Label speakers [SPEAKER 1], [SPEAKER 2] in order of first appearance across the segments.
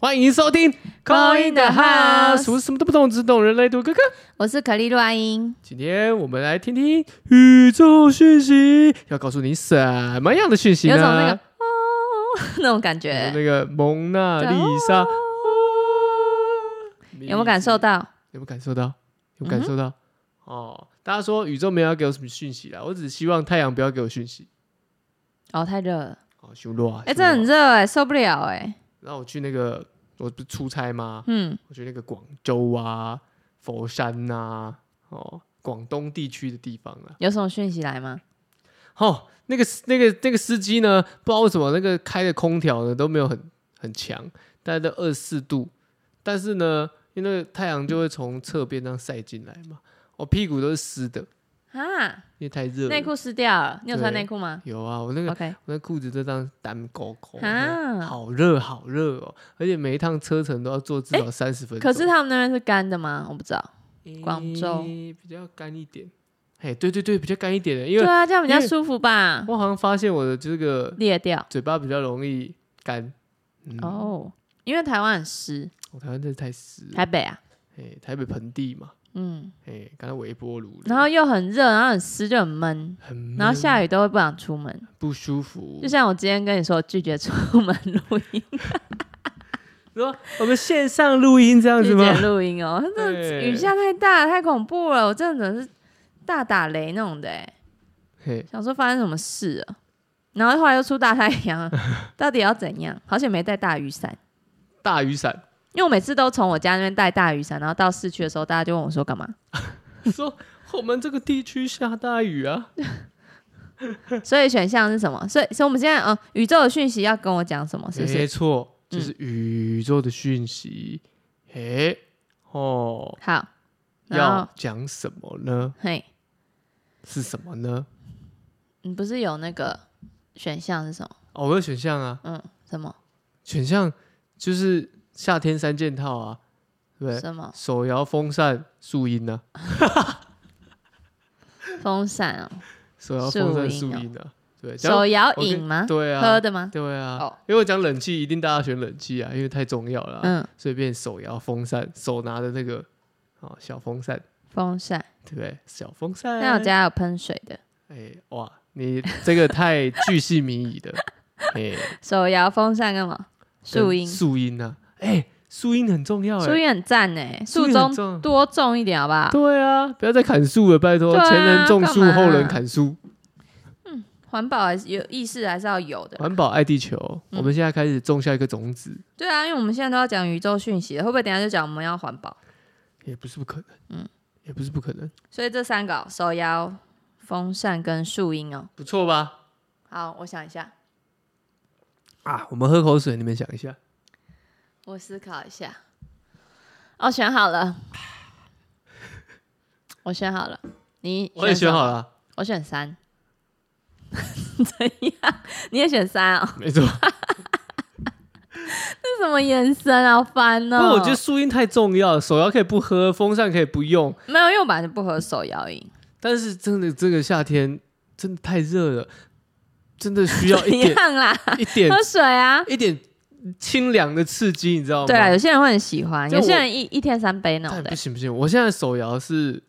[SPEAKER 1] 欢迎收听《
[SPEAKER 2] Call in the House
[SPEAKER 1] 我是什么都不懂，只懂人类图哥哥。
[SPEAKER 2] 我是可丽乱音，
[SPEAKER 1] 今天我们来听听宇宙讯息，要告诉你什么样的讯息呢？
[SPEAKER 2] 有种那个哦 那种感
[SPEAKER 1] 有
[SPEAKER 2] 觉，
[SPEAKER 1] 那个蒙娜丽莎，
[SPEAKER 2] 哦有没有感受到？嗯
[SPEAKER 1] 有没有感受到？有没有感受到？哦，大家说宇宙没有要给我什么讯息啦，我只希望太阳不要给我讯息。
[SPEAKER 2] 哦，太热了，
[SPEAKER 1] 哦，修罗啊！
[SPEAKER 2] 哎、
[SPEAKER 1] 修
[SPEAKER 2] 真的
[SPEAKER 1] 罗
[SPEAKER 2] 很热哎、受不了哎、
[SPEAKER 1] 然后我去那个，我不是出差吗？
[SPEAKER 2] 嗯，
[SPEAKER 1] 我去那个广州啊、佛山呐、哦，广东地区的地方啊。
[SPEAKER 2] 有什么讯息来吗？
[SPEAKER 1] 哦，那个那个那个司机呢，不知道为什么那个开的空调呢都没有很很强，大概都二四度，但是呢，因为那个太阳就会从侧边这样晒进来嘛，我、屁股都是湿的，
[SPEAKER 2] 啊，
[SPEAKER 1] 因为太热
[SPEAKER 2] 内
[SPEAKER 1] 了。
[SPEAKER 2] 裤湿掉了，你有穿
[SPEAKER 1] 对
[SPEAKER 2] 内裤吗
[SPEAKER 1] 有啊，我那个
[SPEAKER 2] ？OK，
[SPEAKER 1] 我那裤子都这样单勾勾，
[SPEAKER 2] 啊
[SPEAKER 1] 好热好热哦！而且每一趟车程都要坐至少三十分钟。
[SPEAKER 2] 可是他们那边是干的吗？我不知道。广州
[SPEAKER 1] 诶比较干一点，嘿，对对对，比较干一点的，因
[SPEAKER 2] 对
[SPEAKER 1] 为
[SPEAKER 2] 啊，这样比较
[SPEAKER 1] 因为
[SPEAKER 2] 舒服吧？
[SPEAKER 1] 我好像发现我的这个
[SPEAKER 2] 裂掉
[SPEAKER 1] 嘴巴比较容易干。嗯，
[SPEAKER 2] 哦，因为台湾很湿，
[SPEAKER 1] 我哦台湾真的太湿了，
[SPEAKER 2] 台北啊，
[SPEAKER 1] 哎，台北盆地嘛，
[SPEAKER 2] 嗯，
[SPEAKER 1] 哎，刚才微波炉，
[SPEAKER 2] 然后又很热，然后很湿就很闷，
[SPEAKER 1] 很闷
[SPEAKER 2] 然后下雨
[SPEAKER 1] 嗯
[SPEAKER 2] 都会不想出门。
[SPEAKER 1] 不舒服
[SPEAKER 2] 就，像我今天跟你说，我拒绝出门录音，
[SPEAKER 1] 说我们线上录音这样子
[SPEAKER 2] 拒
[SPEAKER 1] 吗？
[SPEAKER 2] 绝录 音哦，真的
[SPEAKER 1] 对
[SPEAKER 2] 雨下太大，太恐怖了，我真的是大打雷那种的欸，
[SPEAKER 1] 嘿，
[SPEAKER 2] 想说发生什么事了，然后后来又出大太 阳，到底要怎样？好险没带大雨伞，
[SPEAKER 1] 大雨伞，
[SPEAKER 2] 因为我每次都从我家那边带大雨伞，然后到市区的时候，大家就问我说干嘛，
[SPEAKER 1] 说我们这个地区下大雨啊，
[SPEAKER 2] 所以选项是什么？所以，所以我们现在，嗯、宇宙的讯息要跟我讲什 么？是不嗯是？
[SPEAKER 1] 没错，就是宇宙的讯息，哎，哦，
[SPEAKER 2] 好，然
[SPEAKER 1] 要
[SPEAKER 2] 后，
[SPEAKER 1] 讲什么呢？
[SPEAKER 2] 嘿，
[SPEAKER 1] 是什么呢？
[SPEAKER 2] 你不是有那个选项是什么？
[SPEAKER 1] 哦，我有选项啊，
[SPEAKER 2] 嗯，什么
[SPEAKER 1] 选项就是夏天三件套啊，对不对？
[SPEAKER 2] 什么
[SPEAKER 1] 手摇风扇、树荫啊呢、
[SPEAKER 2] 风扇哦，
[SPEAKER 1] 手摇风扇、
[SPEAKER 2] 树
[SPEAKER 1] 树
[SPEAKER 2] 荫哦
[SPEAKER 1] 荫呢、对，讲
[SPEAKER 2] 手摇
[SPEAKER 1] 我跟
[SPEAKER 2] 饮吗？
[SPEAKER 1] 对啊，
[SPEAKER 2] 喝的吗？
[SPEAKER 1] 对啊，
[SPEAKER 2] 哦
[SPEAKER 1] 因为我讲冷气，一定大家选冷气啊，因为太重要了、啊，
[SPEAKER 2] 嗯，
[SPEAKER 1] 所以变手摇风扇，手拿的那个哦小风扇，
[SPEAKER 2] 风扇。
[SPEAKER 1] 对不对？小风扇，
[SPEAKER 2] 那我家有喷水的
[SPEAKER 1] 哎哇，你这个太巨细靡 遗的，哎，
[SPEAKER 2] 手摇风扇干嘛？树
[SPEAKER 1] 跟
[SPEAKER 2] 荫，
[SPEAKER 1] 树荫啊，哎，树荫很重要哎、
[SPEAKER 2] 树荫很赞哎，
[SPEAKER 1] 树
[SPEAKER 2] 树
[SPEAKER 1] 荫很
[SPEAKER 2] 中
[SPEAKER 1] 重要
[SPEAKER 2] 多种一点好不好？
[SPEAKER 1] 对啊，不要再砍树了，拜托，
[SPEAKER 2] 对啊
[SPEAKER 1] 前人种树，
[SPEAKER 2] 干嘛
[SPEAKER 1] 后人砍树，
[SPEAKER 2] 环保还是有意识还是要有的。
[SPEAKER 1] 环保爱地球。
[SPEAKER 2] 嗯
[SPEAKER 1] 我们现在开始种下一个种子，
[SPEAKER 2] 对啊，因为我们现在都要讲宇宙讯息了，会不会等一下就讲我们要环保？
[SPEAKER 1] 也不是不可能，
[SPEAKER 2] 嗯
[SPEAKER 1] 也不是不可能，
[SPEAKER 2] 所以这三个哦手摇、风扇跟树荫哦。
[SPEAKER 1] 不错吧？
[SPEAKER 2] 好，我想一下，
[SPEAKER 1] 啊，我们喝口水，你们想一下，
[SPEAKER 2] 我思考一下。哦，选好了，我选好了。你
[SPEAKER 1] 我也选
[SPEAKER 2] 什么
[SPEAKER 1] 好了，
[SPEAKER 2] 我选三。 怎样？你也选三哦？
[SPEAKER 1] 没错。
[SPEAKER 2] 这什么眼神啊？好烦
[SPEAKER 1] 不
[SPEAKER 2] 哦！
[SPEAKER 1] 过我觉得树荫太重要了，手摇可以不喝，风扇可以不用，
[SPEAKER 2] 没有，因为我本来就不喝手摇饮。
[SPEAKER 1] 但是真的这个夏天真的太热了，真的需要一
[SPEAKER 2] 一
[SPEAKER 1] 点
[SPEAKER 2] 样啦，
[SPEAKER 1] 一点
[SPEAKER 2] 喝水啊。
[SPEAKER 1] 一点清凉的刺激，你知道吗？
[SPEAKER 2] 对啊，有些人会很喜欢，
[SPEAKER 1] 就
[SPEAKER 2] 有些
[SPEAKER 1] 我
[SPEAKER 2] 人一一天三杯那种
[SPEAKER 1] 但
[SPEAKER 2] 的
[SPEAKER 1] 不。行不行，我现在手摇是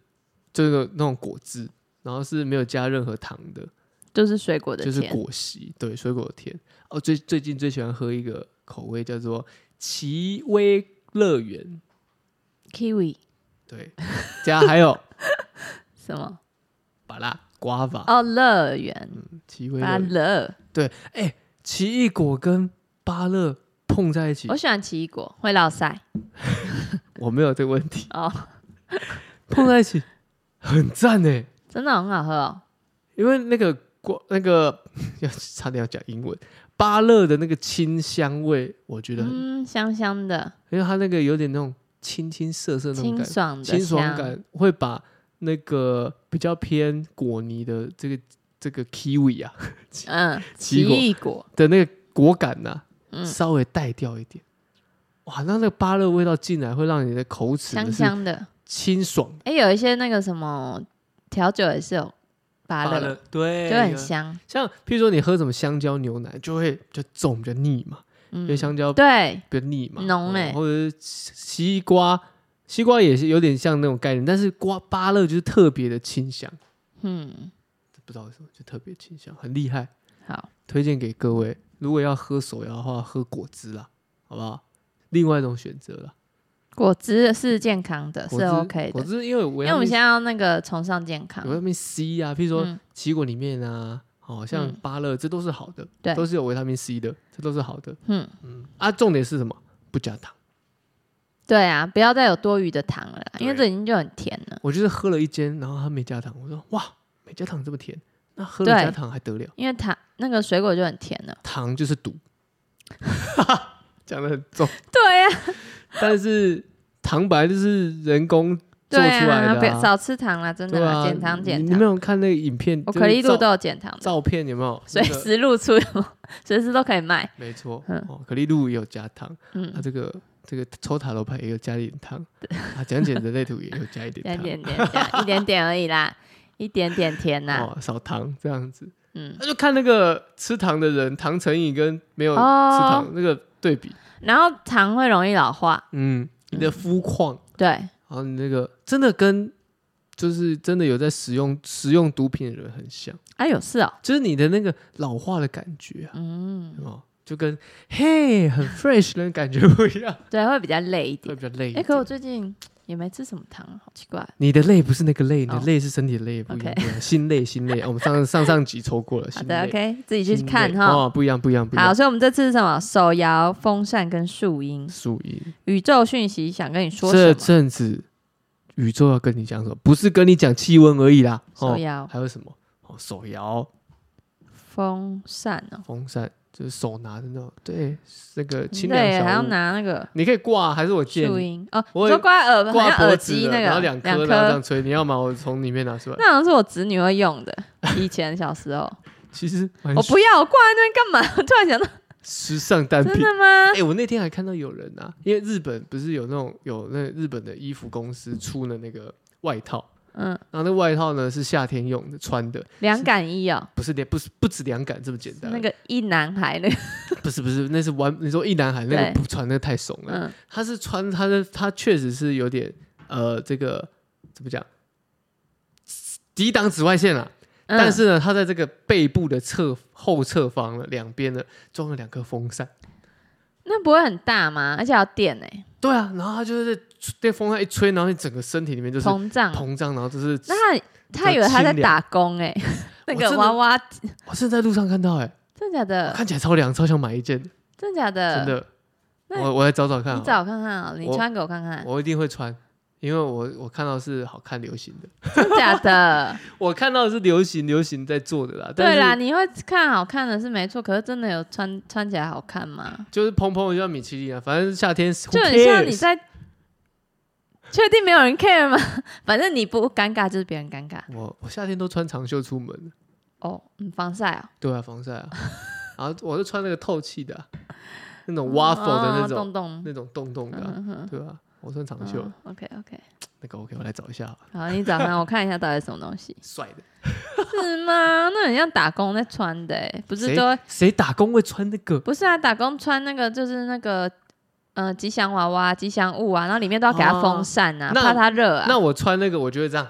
[SPEAKER 1] 这个那种果汁，然后是没有加任何糖的，
[SPEAKER 2] 就是水果的
[SPEAKER 1] 就是
[SPEAKER 2] 甜，
[SPEAKER 1] 果昔，对，水果的甜。哦，最最近最喜欢喝一个口味叫做奇威乐园，
[SPEAKER 2] kiwi
[SPEAKER 1] 对，加还有
[SPEAKER 2] 什么？
[SPEAKER 1] 巴拉瓜吧，
[SPEAKER 2] 哦，乐园
[SPEAKER 1] 奇威乐
[SPEAKER 2] 芭
[SPEAKER 1] 园，
[SPEAKER 2] 乐，
[SPEAKER 1] 奇异果跟芭乐碰在一起
[SPEAKER 2] 我，喜欢奇异果，会落腮
[SPEAKER 1] 我没有这个问 题，
[SPEAKER 2] 哦，
[SPEAKER 1] 碰在一起很赞哎，
[SPEAKER 2] 真的很好喝哦。
[SPEAKER 1] 因为那个瓜那个 要差点要讲英文，芭乐的那个清香味，我觉得很
[SPEAKER 2] 嗯，香香的，
[SPEAKER 1] 因为它那个有点那种清清涩涩那种
[SPEAKER 2] 清
[SPEAKER 1] 感，
[SPEAKER 2] 爽的
[SPEAKER 1] 清爽
[SPEAKER 2] 香
[SPEAKER 1] 感会把那个比较偏果泥的这个这个 kiwi 啊
[SPEAKER 2] 嗯，
[SPEAKER 1] 奇
[SPEAKER 2] 奇
[SPEAKER 1] 异果
[SPEAKER 2] 异果，
[SPEAKER 1] 的那个果感呐、
[SPEAKER 2] 嗯
[SPEAKER 1] 稍微带掉一点。哇，那那个芭乐味道进来，会让你的口齿
[SPEAKER 2] 香
[SPEAKER 1] 是
[SPEAKER 2] 香的。
[SPEAKER 1] 清爽
[SPEAKER 2] 哎、有一些那个什么调酒也是有芭
[SPEAKER 1] 芭
[SPEAKER 2] 乐，
[SPEAKER 1] 乐，对，
[SPEAKER 2] 就很。香。
[SPEAKER 1] 像譬如说你喝什么香蕉牛奶，就会比较重、比较腻嘛。因为香蕉
[SPEAKER 2] 嗯对，
[SPEAKER 1] 比较腻嘛，
[SPEAKER 2] 浓
[SPEAKER 1] 哦
[SPEAKER 2] 欸
[SPEAKER 1] 或者是西西瓜，西瓜也是有点像那种概念，但是瓜芭乐就是特别的清香，
[SPEAKER 2] 嗯，
[SPEAKER 1] 不知道为什么就特别清香，很厉害，
[SPEAKER 2] 好，
[SPEAKER 1] 推荐给各位。如果要喝手摇的话，喝果汁啦，好不好？另外一种选择啦，
[SPEAKER 2] 果汁是健康的，
[SPEAKER 1] 果
[SPEAKER 2] 是
[SPEAKER 1] 汁
[SPEAKER 2] OK
[SPEAKER 1] 果
[SPEAKER 2] 的，
[SPEAKER 1] 汁因为我
[SPEAKER 2] 因为我们现在要那个崇尚健康
[SPEAKER 1] 有，维他命 C 啊，譬如说
[SPEAKER 2] 嗯
[SPEAKER 1] 奇异果里面啊，好、像
[SPEAKER 2] 嗯
[SPEAKER 1] 芭乐，这都是好的，
[SPEAKER 2] 对
[SPEAKER 1] 都是有维他命 C 的，这都是好的。
[SPEAKER 2] 嗯，
[SPEAKER 1] 嗯啊，重点是什么？不加糖。
[SPEAKER 2] 对啊，不要再有多余的糖了啦，因为
[SPEAKER 1] 对
[SPEAKER 2] 这已经就很甜了，
[SPEAKER 1] 我就是喝了一间，然后它没加糖，我说哇，没加糖这么甜，那喝了
[SPEAKER 2] 对
[SPEAKER 1] 加糖还得了？
[SPEAKER 2] 因为糖那个水果就很甜了。
[SPEAKER 1] 糖就是毒， 讲的很重，
[SPEAKER 2] 对呀、啊，
[SPEAKER 1] 但是糖本来就是人工做出
[SPEAKER 2] 对
[SPEAKER 1] 来
[SPEAKER 2] 啊，
[SPEAKER 1] 的、
[SPEAKER 2] 别少吃糖啦，真的
[SPEAKER 1] 对
[SPEAKER 2] 啦，
[SPEAKER 1] 啊，
[SPEAKER 2] 减糖减
[SPEAKER 1] 你你
[SPEAKER 2] 糖
[SPEAKER 1] 没。有看那个影片？
[SPEAKER 2] 我
[SPEAKER 1] 就是
[SPEAKER 2] 可丽露
[SPEAKER 1] 照
[SPEAKER 2] 都有减糖的，
[SPEAKER 1] 照片有没有？
[SPEAKER 2] 随
[SPEAKER 1] 那个
[SPEAKER 2] 时露 出，随时都可以卖。
[SPEAKER 1] 没错，
[SPEAKER 2] 嗯
[SPEAKER 1] 哦，可丽露也有加糖，啊，
[SPEAKER 2] 嗯，
[SPEAKER 1] 这个这个抽塔罗牌也有加一点糖，啊，讲解人类图也有加一
[SPEAKER 2] 加
[SPEAKER 1] 点糖，
[SPEAKER 2] 一点点，加一点点而 已啦，一点点甜呐。
[SPEAKER 1] 哦，少糖这样子，
[SPEAKER 2] 嗯，
[SPEAKER 1] 那就看那个吃糖的人糖成瘾跟没有吃
[SPEAKER 2] 哦
[SPEAKER 1] 糖、那个对比，
[SPEAKER 2] 然后糖会容易老化，
[SPEAKER 1] 嗯，你的肤况，
[SPEAKER 2] 对，
[SPEAKER 1] 然后你那个真的跟就是真的有在使用使用毒品的人很像，
[SPEAKER 2] 啊，有事哦。
[SPEAKER 1] 就是你的那个老化的感觉啊，
[SPEAKER 2] 嗯，
[SPEAKER 1] 哦，就跟嘿很 fresh 的感觉不一样，
[SPEAKER 2] 对，会比较累一
[SPEAKER 1] 会
[SPEAKER 2] 点。
[SPEAKER 1] 比较累一点。
[SPEAKER 2] 哎，可我最近也没吃什么糖，好奇怪。
[SPEAKER 1] 你的累不是那个累，你的
[SPEAKER 2] 哦
[SPEAKER 1] 累是身体的累，不一样，
[SPEAKER 2] OK
[SPEAKER 1] 不一样心累心累。哦我们上上上集抽过了，
[SPEAKER 2] 好
[SPEAKER 1] 心
[SPEAKER 2] 的
[SPEAKER 1] 累，
[SPEAKER 2] ，OK，自己
[SPEAKER 1] 心
[SPEAKER 2] 去
[SPEAKER 1] 累
[SPEAKER 2] 看哈。
[SPEAKER 1] 哦，不一样不一样不一
[SPEAKER 2] 好，
[SPEAKER 1] 样。
[SPEAKER 2] 所以我们这次是什么？手摇风扇跟树荫，
[SPEAKER 1] 素音，
[SPEAKER 2] 宇宙讯息想跟你说
[SPEAKER 1] 这
[SPEAKER 2] 什么？
[SPEAKER 1] 阵子宇宙要跟你讲什么？不是跟你讲气温而已啦，
[SPEAKER 2] 手
[SPEAKER 1] 哦，
[SPEAKER 2] 摇
[SPEAKER 1] 还有什么？哦，手摇
[SPEAKER 2] 风扇哦，
[SPEAKER 1] 风扇，就是手拿的那种，对，那个清凉
[SPEAKER 2] 对，还
[SPEAKER 1] 小
[SPEAKER 2] 要
[SPEAKER 1] 物。
[SPEAKER 2] 拿那个
[SPEAKER 1] 你可以挂，还是我借
[SPEAKER 2] 树
[SPEAKER 1] 你
[SPEAKER 2] 荫哦，
[SPEAKER 1] 我
[SPEAKER 2] 你说挂耳好
[SPEAKER 1] 挂
[SPEAKER 2] 像
[SPEAKER 1] 脖
[SPEAKER 2] 耳
[SPEAKER 1] 子
[SPEAKER 2] 机
[SPEAKER 1] 的，
[SPEAKER 2] 那个
[SPEAKER 1] 然后两颗，然后这样吹。你要吗？我从里面拿出来。
[SPEAKER 2] 那好像是我侄女会用的，以前小时候，
[SPEAKER 1] 其实蛮
[SPEAKER 2] 我不要，我挂在那边干嘛？我 突然想到，
[SPEAKER 1] 时尚单
[SPEAKER 2] 真
[SPEAKER 1] 品。
[SPEAKER 2] 的吗
[SPEAKER 1] 哎、？我那天还看到有人啊，因为日本不是有那种有那日本的衣服公司出的那个外套，
[SPEAKER 2] 嗯，
[SPEAKER 1] 然后那外套呢是夏天用的穿的，
[SPEAKER 2] 凉感衣哦，
[SPEAKER 1] 不是连不是不止凉感这么简单。
[SPEAKER 2] 那个一男孩那个，
[SPEAKER 1] 不是不是，那是完你说一男孩那个
[SPEAKER 2] 对
[SPEAKER 1] 不穿那个太怂了，
[SPEAKER 2] 嗯，
[SPEAKER 1] 他是穿他的，他确实是有点呃，这个怎么讲，抵挡紫外线了、
[SPEAKER 2] 嗯
[SPEAKER 1] 但是呢，他在这个背部的侧后侧方呢，两边呢装了两颗风扇。
[SPEAKER 2] 那不会很大吗？而且要电哎，
[SPEAKER 1] 对啊，然后他就是在吹那风扇一吹，然后你整个身体里面就是
[SPEAKER 2] 膨胀。
[SPEAKER 1] 膨胀，然后就是
[SPEAKER 2] 啊那他他以为他在打工哎， 那
[SPEAKER 1] 我真
[SPEAKER 2] 个
[SPEAKER 1] 的
[SPEAKER 2] 娃娃，
[SPEAKER 1] 我是在路上看到哎、
[SPEAKER 2] 真假的？
[SPEAKER 1] 看起来超凉，超想买一件，
[SPEAKER 2] 真假的？
[SPEAKER 1] 真的。
[SPEAKER 2] 呃那
[SPEAKER 1] 我我来找找看
[SPEAKER 2] 你
[SPEAKER 1] 好了，
[SPEAKER 2] 找看看啊，你
[SPEAKER 1] 我
[SPEAKER 2] 穿给我看看，
[SPEAKER 1] 我一定会穿，因为我我看到是好看流行的，
[SPEAKER 2] 真假的？
[SPEAKER 1] 我看到的是流行流行在做的啦。但
[SPEAKER 2] 对
[SPEAKER 1] 是
[SPEAKER 2] 啦，你会看好看的是没错，可是真的有穿穿起来好看吗？
[SPEAKER 1] 就是蓬蓬的就像米其林啊，反正夏天
[SPEAKER 2] 就很像你在。确定没有人 care 吗？ 反正你不尴尬，就是别人尴尬。
[SPEAKER 1] 我我夏天都穿长袖出门，
[SPEAKER 2] 哦，嗯，防晒哦，
[SPEAKER 1] 对啊，防晒 啊，然后我就穿那个透气的啊、那种 waffle 的那
[SPEAKER 2] 哦
[SPEAKER 1] 种、
[SPEAKER 2] 洞洞，
[SPEAKER 1] 那种洞洞的啊、
[SPEAKER 2] 嗯哼，
[SPEAKER 1] 对啊，我穿长袖，
[SPEAKER 2] OK OK，
[SPEAKER 1] 那个 OK，我来找一下好了，。
[SPEAKER 2] 好，你找看，我看一下到底是什么东 西
[SPEAKER 1] 帅的，
[SPEAKER 2] 是吗？那很像打工在穿的欸，不是
[SPEAKER 1] 谁
[SPEAKER 2] 都会
[SPEAKER 1] 谁打工会穿那个？
[SPEAKER 2] 不是啊？打工穿那个就是那个呃吉祥娃娃、吉祥物啊，然后里面都要给它
[SPEAKER 1] 哦
[SPEAKER 2] 风扇啊，
[SPEAKER 1] 那
[SPEAKER 2] 怕它热啊。
[SPEAKER 1] 那我穿那个，我就会这样，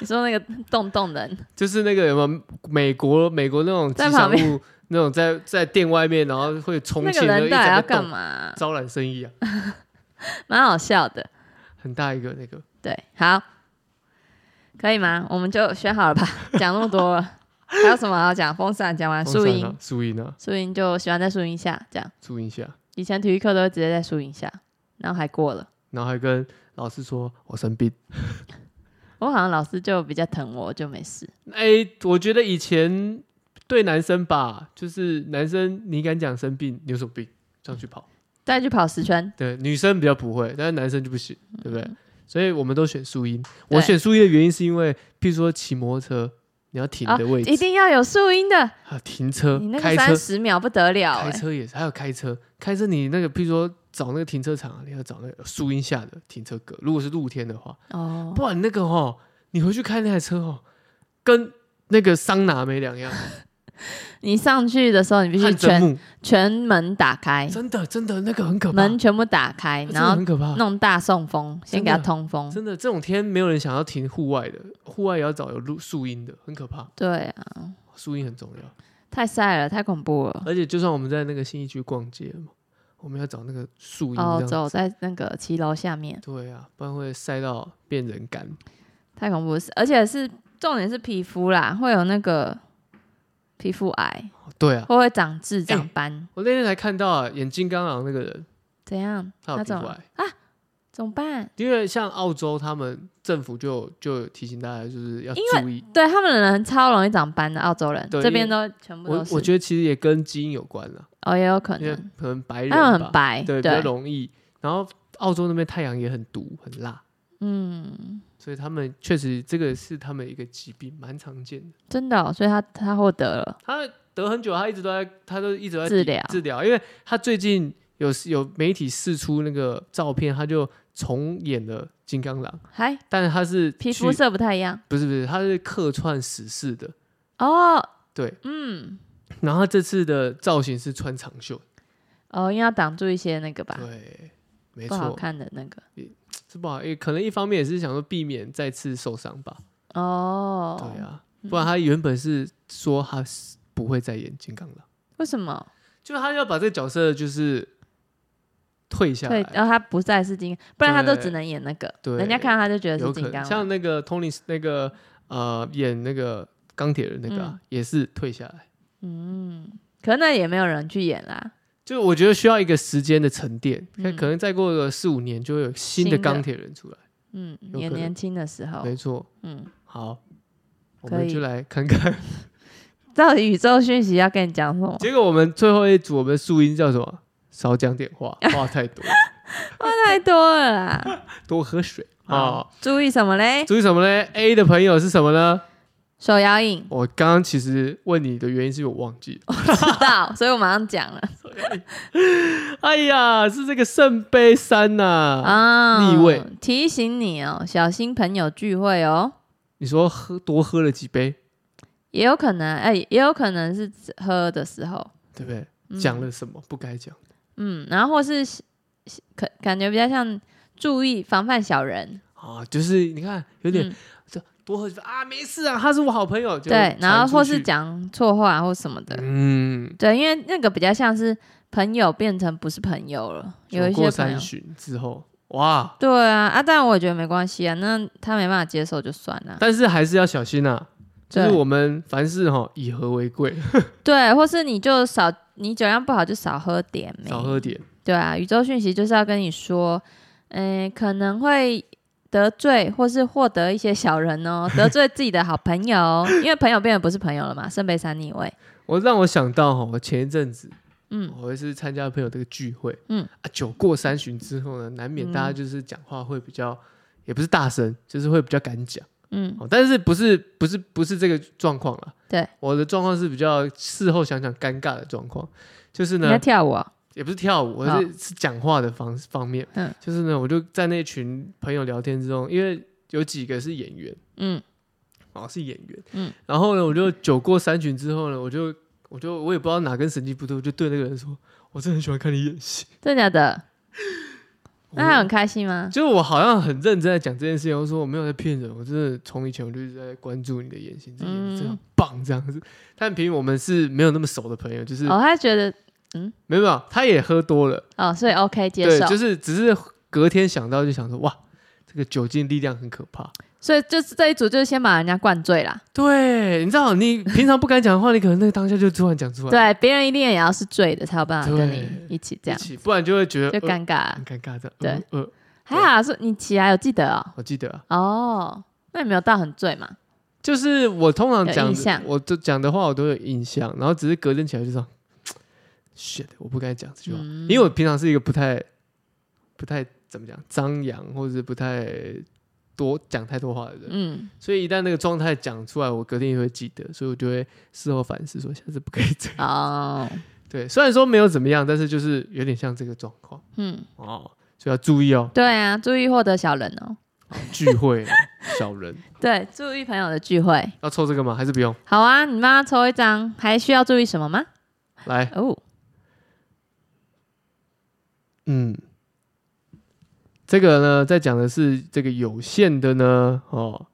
[SPEAKER 2] 你说那个洞洞人，
[SPEAKER 1] 就是那个有没有美国美国那种吉
[SPEAKER 2] 在
[SPEAKER 1] 祥
[SPEAKER 2] 旁边
[SPEAKER 1] 物那种在在店外面，然后会充
[SPEAKER 2] 那
[SPEAKER 1] 气
[SPEAKER 2] 个
[SPEAKER 1] 的一
[SPEAKER 2] 人到底要
[SPEAKER 1] 整个
[SPEAKER 2] 干
[SPEAKER 1] 洞，
[SPEAKER 2] 嘛啊？
[SPEAKER 1] 招揽生意啊，
[SPEAKER 2] 蛮好笑的。
[SPEAKER 1] 很大一个那个。
[SPEAKER 2] 对，好，可以吗？我们就选 好了吧，讲那么多了，还有什么要讲？风扇讲完，
[SPEAKER 1] 风
[SPEAKER 2] 树
[SPEAKER 1] 扇
[SPEAKER 2] 荫
[SPEAKER 1] 啊，，树荫啊，
[SPEAKER 2] 树荫就喜欢在树荫下这样。
[SPEAKER 1] 注意一下。
[SPEAKER 2] 以前体育课都会直接在树荫下，然后还过了。
[SPEAKER 1] 然后还跟老师说我生病。
[SPEAKER 2] 我好像老师就比较疼我，就没事。
[SPEAKER 1] 哎、我觉得以前对男生吧，就是男生你敢讲生病，你有什么病上去跑？
[SPEAKER 2] 再去跑十圈，
[SPEAKER 1] 对，女生比较不会，但是男生就不行，对不对？所以我们都选树荫。
[SPEAKER 2] 嗯对
[SPEAKER 1] 我选树荫的原因是因为，譬如说骑摩托车，你要停
[SPEAKER 2] 啊
[SPEAKER 1] 的位置，
[SPEAKER 2] 一定要有树荫的。
[SPEAKER 1] 还有停车
[SPEAKER 2] 你、那
[SPEAKER 1] 开
[SPEAKER 2] 个三
[SPEAKER 1] 车、
[SPEAKER 2] 十秒不得了、
[SPEAKER 1] 开
[SPEAKER 2] 欸，
[SPEAKER 1] 车也是，还有开车，开车你那个譬如说找那个停车场，啊你要找那个树荫下的停车格，如果是露天的话，
[SPEAKER 2] 哦，
[SPEAKER 1] 不然那个哈，你回去开那台车哦，跟那个桑拿没两样，
[SPEAKER 2] 你上去的时候，你必须
[SPEAKER 1] 汗蒸
[SPEAKER 2] 全
[SPEAKER 1] 木，
[SPEAKER 2] 全门打开，
[SPEAKER 1] 真的真的那个很可怕，
[SPEAKER 2] 门全部打开，
[SPEAKER 1] 真
[SPEAKER 2] 然
[SPEAKER 1] 的
[SPEAKER 2] 后
[SPEAKER 1] 很可怕。
[SPEAKER 2] 弄大送风，先给它
[SPEAKER 1] 真的
[SPEAKER 2] 通风。
[SPEAKER 1] 真的，这种天没有人想要停户外的，户外也要找有路树荫的，很可怕，
[SPEAKER 2] 对啊，
[SPEAKER 1] 树荫很重要。
[SPEAKER 2] 太晒了，太恐怖了。
[SPEAKER 1] 而且就算我们在那个信义区逛街嘛，我们要找那个树荫
[SPEAKER 2] 哦，
[SPEAKER 1] 这样。
[SPEAKER 2] 走在那个骑楼下面，
[SPEAKER 1] 对啊，不然会晒到变人干。
[SPEAKER 2] 太恐怖了，而且是重点是皮肤啦，会有那个皮肤癌，
[SPEAKER 1] 对啊，
[SPEAKER 2] 会会长痣、
[SPEAKER 1] 哎
[SPEAKER 2] 长斑，
[SPEAKER 1] 我那天才看到啊，演金刚狼那个人，
[SPEAKER 2] 怎样？
[SPEAKER 1] 他有
[SPEAKER 2] 那
[SPEAKER 1] 皮肤
[SPEAKER 2] 种
[SPEAKER 1] 癌。
[SPEAKER 2] 怎么办？
[SPEAKER 1] 因为像澳洲，他们政府就就提醒大家，就是要
[SPEAKER 2] 因为
[SPEAKER 1] 注意。
[SPEAKER 2] 对他们的人超容易长斑的，澳洲人
[SPEAKER 1] 对
[SPEAKER 2] 这边都全部
[SPEAKER 1] 我
[SPEAKER 2] 都是
[SPEAKER 1] 我，觉得其实也跟基因有关啦，
[SPEAKER 2] 哦，也有可
[SPEAKER 1] 因为
[SPEAKER 2] 能，
[SPEAKER 1] 可能白人
[SPEAKER 2] 他们
[SPEAKER 1] 吧
[SPEAKER 2] 很，白，
[SPEAKER 1] 对，比较容易。然后澳洲那边太阳也很毒很辣，
[SPEAKER 2] 嗯，
[SPEAKER 1] 所以他们确实这个是他们一个疾病，蛮常见的。
[SPEAKER 2] 真的哦、所以他他获得了，
[SPEAKER 1] 他得很久，他一直都在，他都一直在
[SPEAKER 2] 治疗
[SPEAKER 1] 治疗，因为他最近有有媒体试出那个照片，他就重演了金刚狼，
[SPEAKER 2] 还
[SPEAKER 1] 但是他是
[SPEAKER 2] 皮
[SPEAKER 1] 去
[SPEAKER 2] 肤色不太一样
[SPEAKER 1] 不是不是，他是客串死侍的，
[SPEAKER 2] 哦，
[SPEAKER 1] 对。
[SPEAKER 2] 嗯，
[SPEAKER 1] 然后他这次的造型是穿长袖，
[SPEAKER 2] 哦，因为要挡住一些那个吧，
[SPEAKER 1] 对，没
[SPEAKER 2] 不好
[SPEAKER 1] 错，
[SPEAKER 2] 看的那个，
[SPEAKER 1] 是不好，也可能一方面也是想说避免再次受伤吧，
[SPEAKER 2] 哦，
[SPEAKER 1] 对啊，不然他原本是说他是不会再演金刚狼，
[SPEAKER 2] 为什么？
[SPEAKER 1] 就是他要把这个角色就是退下
[SPEAKER 2] 对，
[SPEAKER 1] 来，
[SPEAKER 2] 哦然后他不再是金刚，不然他都
[SPEAKER 1] 对
[SPEAKER 2] 只能演那个，
[SPEAKER 1] 对
[SPEAKER 2] 人家看到他就觉得
[SPEAKER 1] 有
[SPEAKER 2] 是
[SPEAKER 1] 可
[SPEAKER 2] 金
[SPEAKER 1] 能
[SPEAKER 2] 刚
[SPEAKER 1] 像
[SPEAKER 2] 狼。
[SPEAKER 1] 那个 Tony 那个呃演那个钢铁人那个啊、也是退下来，
[SPEAKER 2] 嗯，可那也没有人去演啦。
[SPEAKER 1] 就我觉得需要一个时间的沉淀，可
[SPEAKER 2] 嗯
[SPEAKER 1] 可能再过个四五年就会有新的
[SPEAKER 2] 新的
[SPEAKER 1] 钢铁人出来，
[SPEAKER 2] 嗯，
[SPEAKER 1] 有
[SPEAKER 2] 也
[SPEAKER 1] 可能
[SPEAKER 2] 年轻的时候，
[SPEAKER 1] 没错，
[SPEAKER 2] 嗯，
[SPEAKER 1] 好，我
[SPEAKER 2] 可
[SPEAKER 1] 们
[SPEAKER 2] 以
[SPEAKER 1] 就来看看。
[SPEAKER 2] 到底宇宙讯息要跟你讲什么？
[SPEAKER 1] 结果我们最后一组，我们的树荫叫什么？少讲点 话，话太多，
[SPEAKER 2] 太多了啦！
[SPEAKER 1] 多喝水啊、哦
[SPEAKER 2] 好，哎注意什么嘞？
[SPEAKER 1] 注意什么呢？A 的朋友是什么呢？
[SPEAKER 2] 手摇 饮
[SPEAKER 1] 我刚刚其实问你的原因是我忘记了。
[SPEAKER 2] 知道，所以我马上讲了
[SPEAKER 1] 哎呀，是这个圣杯三呐、
[SPEAKER 2] 啊。
[SPEAKER 1] 逆位
[SPEAKER 2] 提醒你哦，小心朋友聚会哦，
[SPEAKER 1] 你说喝多喝了几杯，
[SPEAKER 2] 也有可能，哎，也有可能是喝的时候，
[SPEAKER 1] 对不对？
[SPEAKER 2] 嗯
[SPEAKER 1] 讲了什么不该讲？
[SPEAKER 2] 嗯，然后或是可感觉比较像注意防范小人，
[SPEAKER 1] 啊，就是你看有点、
[SPEAKER 2] 嗯
[SPEAKER 1] 多喝几杯啊，没事啊，他是我好朋友。就
[SPEAKER 2] 对，然后
[SPEAKER 1] 传出
[SPEAKER 2] 或是
[SPEAKER 1] 去
[SPEAKER 2] 讲错话或什么的，
[SPEAKER 1] 嗯，
[SPEAKER 2] 对，因为那个比较像是朋友变成不是朋友了，有一
[SPEAKER 1] 酒过
[SPEAKER 2] 些朋
[SPEAKER 1] 三。
[SPEAKER 2] 友
[SPEAKER 1] 巡之后，哇，
[SPEAKER 2] 对啊，啊，但我觉得没关系啊，那他没办法接受就算了。
[SPEAKER 1] 但是还是要小心啊。就是
[SPEAKER 2] 对
[SPEAKER 1] 我们凡事哈以和为贵，
[SPEAKER 2] 对，或是你就少，你酒量不好就少喝点呗。
[SPEAKER 1] 少喝点。
[SPEAKER 2] 对啊，宇宙讯息就是要跟你说，嗯、可能会得罪或是获得一些小人哦，得罪自己的好朋友，因为朋友变得不是朋友了嘛，圣杯三逆位。
[SPEAKER 1] 我让我想到哈，我前一阵子
[SPEAKER 2] 嗯，
[SPEAKER 1] 我也是参加朋友这个聚会，嗯
[SPEAKER 2] 嗯
[SPEAKER 1] 啊，酒过三巡之后呢，难免
[SPEAKER 2] 嗯
[SPEAKER 1] 大家就是讲话会比较，也不是大声，就是会比较敢讲。
[SPEAKER 2] 嗯，
[SPEAKER 1] 哦，但是不是不是不是这个状况啦。
[SPEAKER 2] 对，
[SPEAKER 1] 我的状况是比较事后想想尴尬的状况，就是
[SPEAKER 2] 你在
[SPEAKER 1] 呢，
[SPEAKER 2] 跳舞、哦，
[SPEAKER 1] 也不是跳舞，我是是讲话的方方面，嗯
[SPEAKER 2] 嗯，
[SPEAKER 1] 就是呢，我就在那群朋友聊天之中，因为有几个是演员。
[SPEAKER 2] 嗯，
[SPEAKER 1] 哦，是演员。嗯
[SPEAKER 2] 嗯，
[SPEAKER 1] 然后呢，我就酒过三巡之后呢，我就我就我也不知道哪根神经不对，我就对那个人说，我真的很喜欢看你演戏。
[SPEAKER 2] 真的假的？那他
[SPEAKER 1] 我
[SPEAKER 2] 很开心吗？
[SPEAKER 1] 就是我好像很认真在讲这件事情，我说我没有在骗人，我真的从以前我就一直在关注你的演戏，这演技真的
[SPEAKER 2] 嗯
[SPEAKER 1] 很棒这样子。但凭我们是没有那么熟的朋友，就是、
[SPEAKER 2] 哦，他觉得
[SPEAKER 1] 没有没有，他也喝多了，
[SPEAKER 2] 哦，所以 OK 接
[SPEAKER 1] 对，
[SPEAKER 2] 受，
[SPEAKER 1] 就是只是隔天想到就想说，哇，这个酒精力量很可怕。
[SPEAKER 2] 所以就是这一组就是先把人家灌醉啦。
[SPEAKER 1] 对，你知道，你平常不敢讲的话，你可能那个当下就突然讲出来，
[SPEAKER 2] 对，别人一定也要是醉的才有办法跟你一起这
[SPEAKER 1] 一
[SPEAKER 2] 样，
[SPEAKER 1] 起，不然就会觉得
[SPEAKER 2] 就
[SPEAKER 1] 呃
[SPEAKER 2] 尴尬啊、
[SPEAKER 1] 很尴尬的。
[SPEAKER 2] 对
[SPEAKER 1] 呃，呃，
[SPEAKER 2] 还好是你起来有记得哦，
[SPEAKER 1] 我记得啊，
[SPEAKER 2] 哦，那你没有到很醉嘛？
[SPEAKER 1] 就是我通常
[SPEAKER 2] 有
[SPEAKER 1] 讲
[SPEAKER 2] 印
[SPEAKER 1] 的
[SPEAKER 2] 象，
[SPEAKER 1] 我就讲的话我都有印象，然后只是隔天起来就说，shit，我不该讲这句话，
[SPEAKER 2] 嗯
[SPEAKER 1] 因为我平常是一个不太、不太怎么讲张扬，或者是不太多讲太多话的人，
[SPEAKER 2] 嗯，
[SPEAKER 1] 所以一旦那个状态讲出来，我隔天也会记得，所以我就会事后反思说下次不可以这样。
[SPEAKER 2] 哦，
[SPEAKER 1] 对，虽然说没有怎么样，但是就是有点像这个状况
[SPEAKER 2] 嗯，
[SPEAKER 1] 哦，所以要注意哦，
[SPEAKER 2] 对啊，注意获得小人哦，
[SPEAKER 1] 聚会啊小人。
[SPEAKER 2] 对，注意朋友的聚会。
[SPEAKER 1] 要抽这个吗？还是不用？
[SPEAKER 2] 好啊，你妈妈抽一张，还需要注意什么吗？
[SPEAKER 1] 来，
[SPEAKER 2] 哦，
[SPEAKER 1] 嗯，这个呢，在讲的是这个有限的呢，哦，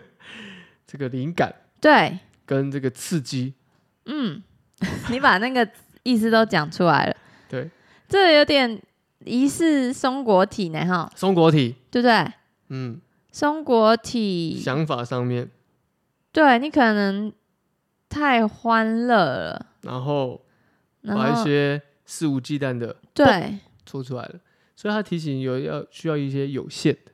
[SPEAKER 1] 这个灵感
[SPEAKER 2] 对，
[SPEAKER 1] 跟这个刺激，
[SPEAKER 2] 嗯， 你把那个意思都讲出来了，
[SPEAKER 1] 对，
[SPEAKER 2] 这个有点疑似松果体呢，哈，
[SPEAKER 1] 松果体，
[SPEAKER 2] 对不对？
[SPEAKER 1] 嗯，
[SPEAKER 2] 松果体，
[SPEAKER 1] 想法上面，
[SPEAKER 2] 对你可能太欢乐了，
[SPEAKER 1] 然后把
[SPEAKER 2] 然
[SPEAKER 1] 一
[SPEAKER 2] 后
[SPEAKER 1] 些肆无忌惮的
[SPEAKER 2] 对
[SPEAKER 1] 抽出来了，所以他提醒有要需要一些有限的，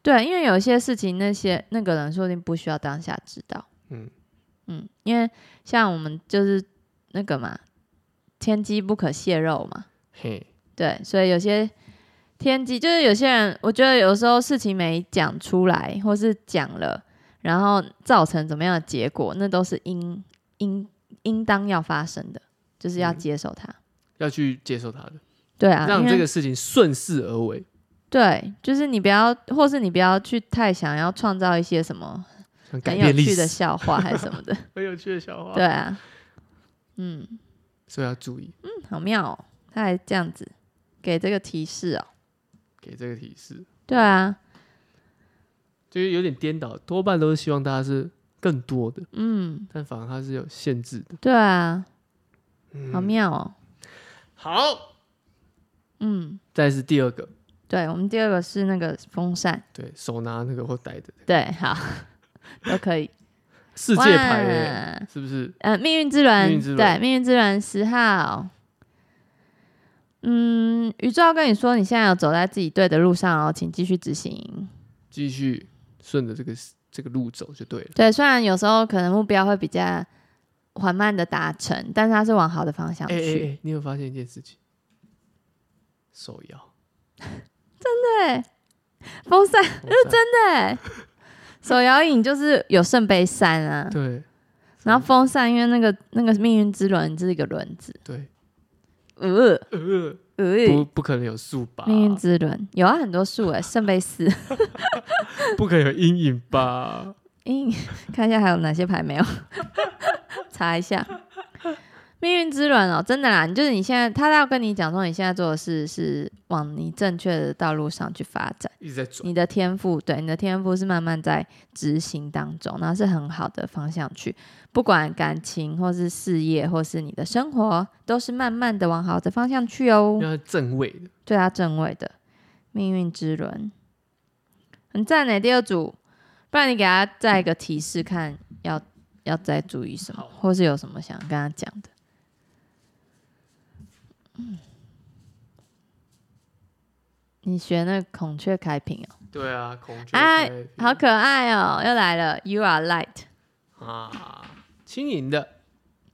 [SPEAKER 2] 对，因为有些事情那些那个人说不定不需要当下知道，
[SPEAKER 1] 嗯
[SPEAKER 2] 嗯，因为像我们就是那个嘛，天机不可泄露嘛，
[SPEAKER 1] 嘿，
[SPEAKER 2] 对，所以有些天机就是有些人，我觉得有时候事情没讲出来，或是讲了，然后造成怎么样的结果，那都是应应应当要发生的，就是要
[SPEAKER 1] 嗯
[SPEAKER 2] 接受它。
[SPEAKER 1] 要去接受它的，
[SPEAKER 2] 对啊，
[SPEAKER 1] 让
[SPEAKER 2] 因为
[SPEAKER 1] 这个事情顺势而为，
[SPEAKER 2] 对，就是你不要，或是你不要去太想要创造一些什么
[SPEAKER 1] 想改
[SPEAKER 2] 很有
[SPEAKER 1] 变历
[SPEAKER 2] 趣的
[SPEAKER 1] 史，
[SPEAKER 2] 笑话还是什 么的。
[SPEAKER 1] 很有趣的小话，
[SPEAKER 2] 对，啊，嗯
[SPEAKER 1] 所以要注意
[SPEAKER 2] 嗯，好妙哦，他还这样子给这个提示哦。
[SPEAKER 1] 给这个提示。
[SPEAKER 2] 对啊，
[SPEAKER 1] 就是有点颠倒，多半都是希望大家是更多的，
[SPEAKER 2] 嗯，
[SPEAKER 1] 但反而它是有限制的。
[SPEAKER 2] 对啊，好
[SPEAKER 1] 嗯，
[SPEAKER 2] 妙哦，
[SPEAKER 1] 好，
[SPEAKER 2] 嗯。
[SPEAKER 1] 再是第二个，
[SPEAKER 2] 对，我们第二个是那个风扇，
[SPEAKER 1] 对手拿那个或戴的
[SPEAKER 2] 对，好， 都可以。
[SPEAKER 1] 世界牌耶，
[SPEAKER 2] 哇
[SPEAKER 1] 是不是？
[SPEAKER 2] 呃，命运之轮，
[SPEAKER 1] 命运之轮
[SPEAKER 2] 对，命运之轮十号。嗯，宇宙要跟你说，你现在有走在自己对的路上哦，请继续执行。
[SPEAKER 1] 继续顺着这个这个路走就对了。
[SPEAKER 2] 对，虽然有时候可能目标会比较缓慢的达成，但是它是往好的方向去。
[SPEAKER 1] 哎哎哎，你有发现一件事情？手 摇，
[SPEAKER 2] 对，风扇
[SPEAKER 1] 是真
[SPEAKER 2] 对， 手摇影就是有圣杯三啊，
[SPEAKER 1] 对
[SPEAKER 2] 然后风扇因为那个那个命运之轮是一个轮子，
[SPEAKER 1] 对，
[SPEAKER 2] 呃
[SPEAKER 1] 呃，
[SPEAKER 2] 呃，
[SPEAKER 1] 不不可能有树吧？
[SPEAKER 2] 命运之轮有啊，很多树哎，圣杯四。
[SPEAKER 1] 不可能有阴影吧？
[SPEAKER 2] 嗯，看一下还有哪些牌没有， 查一下。命运之轮哦，真的啦，你就是你现在，他要跟你讲说，你现在做的事是往你正确的道路上去发展，
[SPEAKER 1] 一直在转，
[SPEAKER 2] 你的天赋，对，你的天赋是慢慢在执行当中，然后是很好的方向去，不管感情或是事业或是你的生活，都是慢慢的往好的方向去哦。
[SPEAKER 1] 因为它是正位的，
[SPEAKER 2] 对啊，正位的命运之轮，很赞欸呢。第二组，不然你给他再一个提示，看要要再注意什么
[SPEAKER 1] 好，
[SPEAKER 2] 或是有什么想跟他讲的。嗯，你学那个孔雀开屏哦，
[SPEAKER 1] 对啊，孔雀
[SPEAKER 2] 哎
[SPEAKER 1] 开屏
[SPEAKER 2] 好可爱哦，又来了，You are light。
[SPEAKER 1] 啊，轻盈的，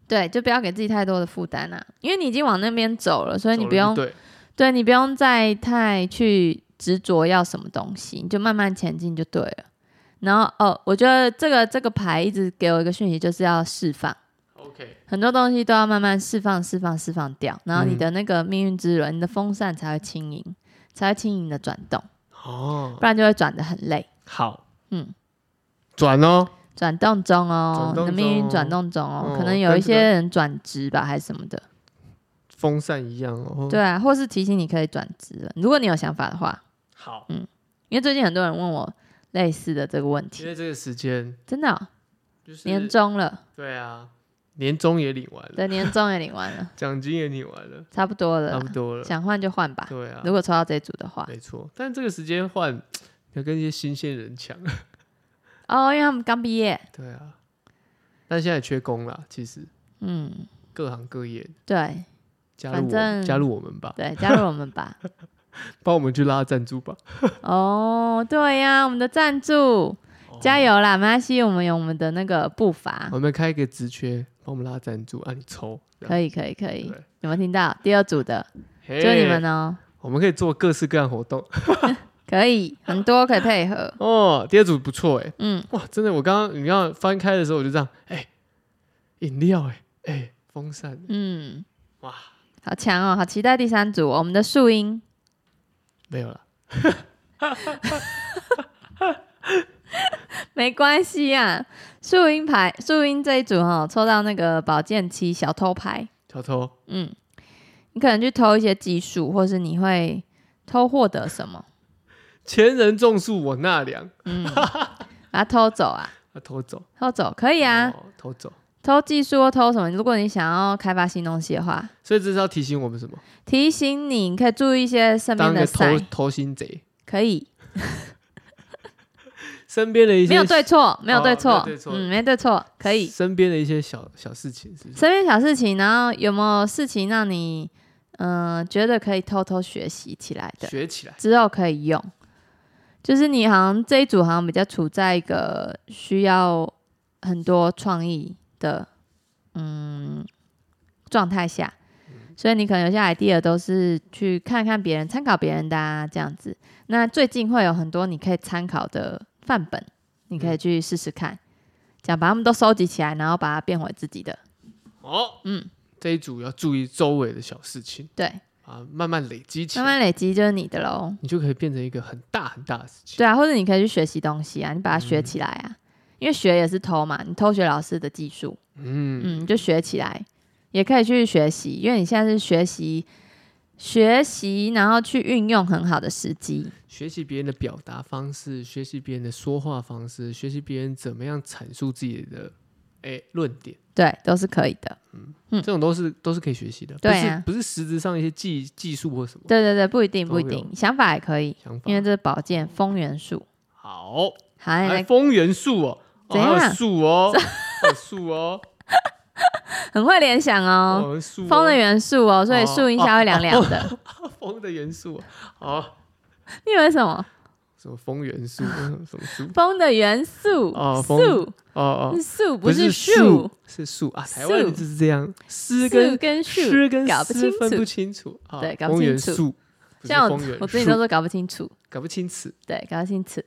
[SPEAKER 2] 对，就不要给自己太多的负担啊，因为你已经往那边走了，所以
[SPEAKER 1] 走
[SPEAKER 2] 你
[SPEAKER 1] 了
[SPEAKER 2] 不
[SPEAKER 1] 就
[SPEAKER 2] 用
[SPEAKER 1] 对。
[SPEAKER 2] 对你不用再太去执着要什么东西，你就慢慢前进就对了。然后哦，我觉得这个这个牌一直给我一个讯息，就是要释放
[SPEAKER 1] OK，
[SPEAKER 2] 很多东西都要慢慢释放、释放、释放掉，然后你
[SPEAKER 1] 嗯
[SPEAKER 2] 的那个命运之轮、你的风扇才会轻盈，才会轻盈的转动，
[SPEAKER 1] 哦
[SPEAKER 2] 不，然就会转得很累。
[SPEAKER 1] 好，
[SPEAKER 2] 嗯，
[SPEAKER 1] 转哦，
[SPEAKER 2] 转动中
[SPEAKER 1] 转，
[SPEAKER 2] 哦你
[SPEAKER 1] 动
[SPEAKER 2] 的命运
[SPEAKER 1] 中
[SPEAKER 2] 转动中哦，
[SPEAKER 1] 哦
[SPEAKER 2] 可能有
[SPEAKER 1] 跟
[SPEAKER 2] 一
[SPEAKER 1] 这个
[SPEAKER 2] 些人转职吧，还是什么的，
[SPEAKER 1] 风扇一样哦。
[SPEAKER 2] 对，啊，或是提醒你可以转职了，如果你有想法的话，
[SPEAKER 1] 好，
[SPEAKER 2] 因为最近很多人问我类似的这个问
[SPEAKER 1] 因
[SPEAKER 2] 题，
[SPEAKER 1] 为这个时间
[SPEAKER 2] 真的哦、
[SPEAKER 1] 就是
[SPEAKER 2] 年，终了，
[SPEAKER 1] 对啊，年终也领完了，
[SPEAKER 2] 对，年终也领 完了，
[SPEAKER 1] 奖金也领完了，
[SPEAKER 2] 差不多了
[SPEAKER 1] 差不
[SPEAKER 2] 啦，
[SPEAKER 1] 多了，
[SPEAKER 2] 想换就换吧。
[SPEAKER 1] 对啊
[SPEAKER 2] 如，果抽到这组的话，
[SPEAKER 1] 没错。但这个时间换，要跟一些新鲜人抢，
[SPEAKER 2] 哦，因为他们刚毕业，
[SPEAKER 1] 对啊。但现在也缺工啦，其实
[SPEAKER 2] 嗯，
[SPEAKER 1] 各行各业
[SPEAKER 2] 对
[SPEAKER 1] 加入我
[SPEAKER 2] 反正
[SPEAKER 1] 加入我们吧，
[SPEAKER 2] 对，加入我 们吧。
[SPEAKER 1] 帮我们去拉赞助吧，
[SPEAKER 2] 啊哦，对呀、我们的赞
[SPEAKER 1] 哦
[SPEAKER 2] 助，加
[SPEAKER 1] 油！
[SPEAKER 2] 油啦，没关系，我们有我们的那个步伐，
[SPEAKER 1] 我们开一个职缺，帮我们拉赞助，哦啊，你抽，这样
[SPEAKER 2] 可以，可以，可以
[SPEAKER 1] 对，
[SPEAKER 2] 有没有听到？第二组的
[SPEAKER 1] 嘿
[SPEAKER 2] 就是你们哦，
[SPEAKER 1] 我们可以做各式各样活动
[SPEAKER 2] 可 以，很多可以配合，
[SPEAKER 1] 哦。第二组不错哎，
[SPEAKER 2] 嗯，
[SPEAKER 1] 哇，真的，我刚刚你刚刚翻开的时候，我就这样，哎、饮料、哎，哎、风扇，
[SPEAKER 2] 嗯，
[SPEAKER 1] 哇，
[SPEAKER 2] 好强哦，好期待第三组哦，我们的树荫。
[SPEAKER 1] 没有了。
[SPEAKER 2] 没关系啊，树荫牌树荫这一组哈、抽到那个宝剑七小偷牌，
[SPEAKER 1] 小偷
[SPEAKER 2] 嗯，你可能去偷一些技术，或是你会偷获得什么，
[SPEAKER 1] 前人种树我纳凉，
[SPEAKER 2] 嗯，把它偷走啊，
[SPEAKER 1] 啊偷走，
[SPEAKER 2] 偷走可以啊，
[SPEAKER 1] 哦，偷走。
[SPEAKER 2] 偷技术或偷什么，如果你想要开发新东西的话，
[SPEAKER 1] 所以这是要提醒我们什么？
[SPEAKER 2] 提醒你，你可以注意一些身
[SPEAKER 1] 当
[SPEAKER 2] 边的
[SPEAKER 1] 个偷
[SPEAKER 2] sign，
[SPEAKER 1] 偷心贼，
[SPEAKER 2] 可以，
[SPEAKER 1] 身边的一些哦
[SPEAKER 2] 没有对错，没有对错，
[SPEAKER 1] 没有对错
[SPEAKER 2] 嗯，没对错，可以。
[SPEAKER 1] 身边的一些小小事情，是不是？
[SPEAKER 2] 身边小事情，然后有没有事情让你嗯、呃觉得可以偷偷学习起来的，
[SPEAKER 1] 学起来，
[SPEAKER 2] 之后可以用？就是你好像这一组好像比较处在一个需要很多创意的嗯状态下，所以你可能有些 idea 都是去看看别人、参考别人的、啊、这样子。那最近会有很多你可以参考的范本，你可以去试试看，这样把它们都收集起来，然后把它变回自己的。
[SPEAKER 1] 哦，
[SPEAKER 2] 嗯，
[SPEAKER 1] 这一组要注意周围的小事情
[SPEAKER 2] 对，
[SPEAKER 1] 啊，慢慢累积起
[SPEAKER 2] 慢
[SPEAKER 1] 来，
[SPEAKER 2] 慢累积就是你的喽。
[SPEAKER 1] 你就可以变成一个很大很大的事情。
[SPEAKER 2] 对啊，或者你可以去学习东西啊，你把它
[SPEAKER 1] 嗯
[SPEAKER 2] 学起来啊，因为学也是偷嘛，你偷学老师的技术，
[SPEAKER 1] 嗯，
[SPEAKER 2] 嗯，就学起来，也可以去学习，因为你现在是学习学习，然后去运用很好的时机。
[SPEAKER 1] 学习别人的表达方式，学习别人的说话方式，学习别人怎么样阐述自己的哎论点，
[SPEAKER 2] 对，都是可以的。嗯
[SPEAKER 1] 这种都是都是可以学习的，
[SPEAKER 2] 对啊
[SPEAKER 1] 不是不是实质上一些技技术或什么
[SPEAKER 2] 对对对，不一定
[SPEAKER 1] 都
[SPEAKER 2] 不一
[SPEAKER 1] 有
[SPEAKER 2] 定，想法也可以，
[SPEAKER 1] 想法
[SPEAKER 2] 因。为这是宝剑风元素。
[SPEAKER 1] 好，
[SPEAKER 2] 好，
[SPEAKER 1] 还
[SPEAKER 2] 你来
[SPEAKER 1] 风元素哦，哦
[SPEAKER 2] 怎样啊
[SPEAKER 1] 还有树 哦，还有树哦，
[SPEAKER 2] 很会联想哦，
[SPEAKER 1] 哦树哦
[SPEAKER 2] 风的元素哦，所以
[SPEAKER 1] 哦
[SPEAKER 2] 树荫下会凉凉的。
[SPEAKER 1] 风的元素哦，哦，
[SPEAKER 2] 你以为什么？
[SPEAKER 1] 什么风元素，嗯什么树？
[SPEAKER 2] 风的元素，
[SPEAKER 1] 哦风
[SPEAKER 2] 树。
[SPEAKER 1] 哦哦，
[SPEAKER 2] 是树
[SPEAKER 1] 不
[SPEAKER 2] 不是
[SPEAKER 1] 树，是树啊，台湾人
[SPEAKER 2] 树
[SPEAKER 1] 就是这样，诗
[SPEAKER 2] 树
[SPEAKER 1] 跟
[SPEAKER 2] 跟树
[SPEAKER 1] 诗跟
[SPEAKER 2] 搞不
[SPEAKER 1] 诗
[SPEAKER 2] 清
[SPEAKER 1] 分不
[SPEAKER 2] 楚。
[SPEAKER 1] 清楚啊，
[SPEAKER 2] 对搞不
[SPEAKER 1] 风元
[SPEAKER 2] 清楚
[SPEAKER 1] 素，不是
[SPEAKER 2] 像我
[SPEAKER 1] 风元
[SPEAKER 2] 我自己都
[SPEAKER 1] 素，
[SPEAKER 2] 说搞不清楚，
[SPEAKER 1] 搞不清楚。
[SPEAKER 2] 对，搞不清楚，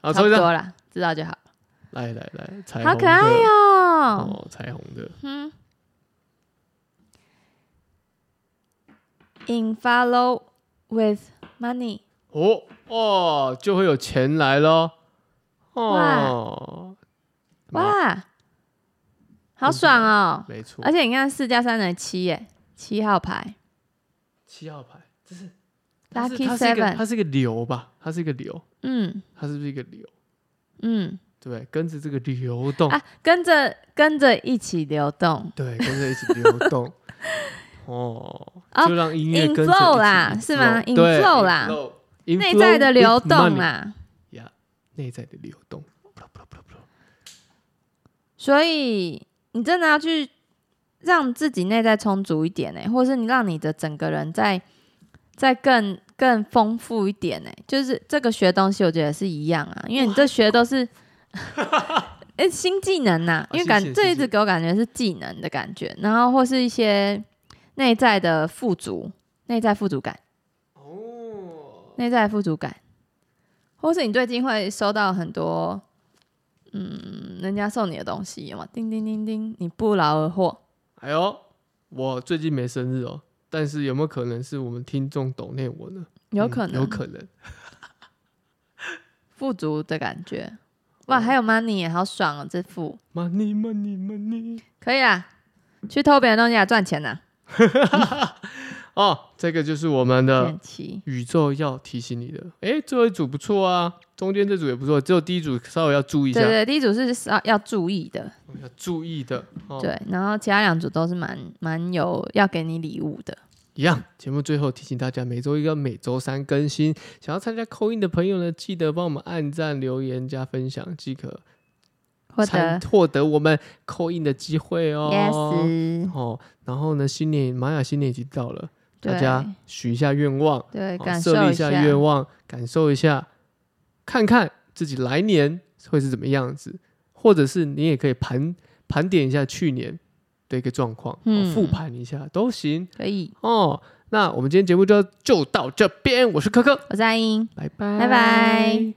[SPEAKER 1] 好，
[SPEAKER 2] 差
[SPEAKER 1] 抽
[SPEAKER 2] 不
[SPEAKER 1] 一张，
[SPEAKER 2] 多啦，知道就好。
[SPEAKER 1] 来来来，彩
[SPEAKER 2] 好
[SPEAKER 1] 虹
[SPEAKER 2] 可爱
[SPEAKER 1] 的
[SPEAKER 2] 哦，
[SPEAKER 1] 哦，彩虹的，
[SPEAKER 2] 嗯。In follow with money，
[SPEAKER 1] 哦哦，就会有钱来咯。哦，妈，
[SPEAKER 2] 哇，好爽哦！
[SPEAKER 1] 没错
[SPEAKER 2] 而，且你看四加三等于七耶，七号牌
[SPEAKER 1] 七号牌，这是它是
[SPEAKER 2] Lucky
[SPEAKER 1] 它是一个
[SPEAKER 2] Seven，
[SPEAKER 1] 它是一个流吧，它是一个流，
[SPEAKER 2] 嗯
[SPEAKER 1] 它是不是一个流？
[SPEAKER 2] 嗯
[SPEAKER 1] 对不对，跟着这个流动，
[SPEAKER 2] 啊，跟着跟着一起流动，
[SPEAKER 1] 对，跟着一起流 动。哦，
[SPEAKER 2] 哦
[SPEAKER 1] 就让音乐
[SPEAKER 2] inflow
[SPEAKER 1] 跟着一起
[SPEAKER 2] 啦
[SPEAKER 1] inflow
[SPEAKER 2] 是吗
[SPEAKER 1] 对
[SPEAKER 2] inflow 啦
[SPEAKER 1] inflow，
[SPEAKER 2] 内在的
[SPEAKER 1] inflow
[SPEAKER 2] 流
[SPEAKER 1] with
[SPEAKER 2] 动啊
[SPEAKER 1] money
[SPEAKER 2] 啦。
[SPEAKER 1] 呀，内在的流动。噗噜噗噜噗噜噗噜
[SPEAKER 2] 所以你真的要去让自己内在充足一点呢、欸或是你让你的整个人再再更更丰富一点呢、就是这个学东西，我觉得是一样啊，因为你这学都是。哎、新技能呐、
[SPEAKER 1] 啊
[SPEAKER 2] 因为感、
[SPEAKER 1] 新技能
[SPEAKER 2] 这
[SPEAKER 1] 新
[SPEAKER 2] 一
[SPEAKER 1] 技
[SPEAKER 2] 直
[SPEAKER 1] 能
[SPEAKER 2] 给我感觉是技能的感觉，然后或是一些内在的富足、内在富足感、
[SPEAKER 1] 哦，
[SPEAKER 2] 内在的富足感，或是你最近会收到很多，嗯，人家送你的东西，有吗？叮叮叮叮，你不劳而获，
[SPEAKER 1] 哎呦，我最近没生日哦，但是有没有可能是我们听众懂内我呢？
[SPEAKER 2] 有
[SPEAKER 1] 嗯
[SPEAKER 2] 可能，
[SPEAKER 1] 有可能。
[SPEAKER 2] 富足的感觉。哇，还有 money，耶好爽哦，这副
[SPEAKER 1] Money, money, money。
[SPEAKER 2] 可以啦，去偷别人东西来赚钱啊呐、
[SPEAKER 1] 哦，这个就是我们的
[SPEAKER 2] 剑七，
[SPEAKER 1] 宇宙要提醒你的。哎，最后一组不错啊，中间这组也不错，只有第一组稍微要注意一下
[SPEAKER 2] 对，对，第一组是要要注意的，
[SPEAKER 1] 要注意的。哦，
[SPEAKER 2] 对，然后其他两组都是蛮蛮有要给你礼物的，
[SPEAKER 1] 一样，节目最后提醒大家，每周一跟每周三更新。想要参加扣印的朋友呢，记得帮我们按赞、留言、加分享，即可
[SPEAKER 2] 或
[SPEAKER 1] 参
[SPEAKER 2] 者
[SPEAKER 1] 获得我们扣印的机会哦。
[SPEAKER 2] yes，
[SPEAKER 1] 哦，然后呢，新年玛雅新年已经到了，大
[SPEAKER 2] 对
[SPEAKER 1] 家许一下愿望，
[SPEAKER 2] 对，
[SPEAKER 1] 哦
[SPEAKER 2] 感
[SPEAKER 1] 设
[SPEAKER 2] 受
[SPEAKER 1] 立一下愿望，感受一下，看看自己来年会是怎么样子，或者是你也可以盘盘点一下去年的一个状况，哦
[SPEAKER 2] 嗯
[SPEAKER 1] 复盘一下都行。
[SPEAKER 2] 可以，
[SPEAKER 1] 哦，那我们今天节目就就到这边，我是柯柯，
[SPEAKER 2] 我是阿英。
[SPEAKER 1] 拜拜，
[SPEAKER 2] 拜拜。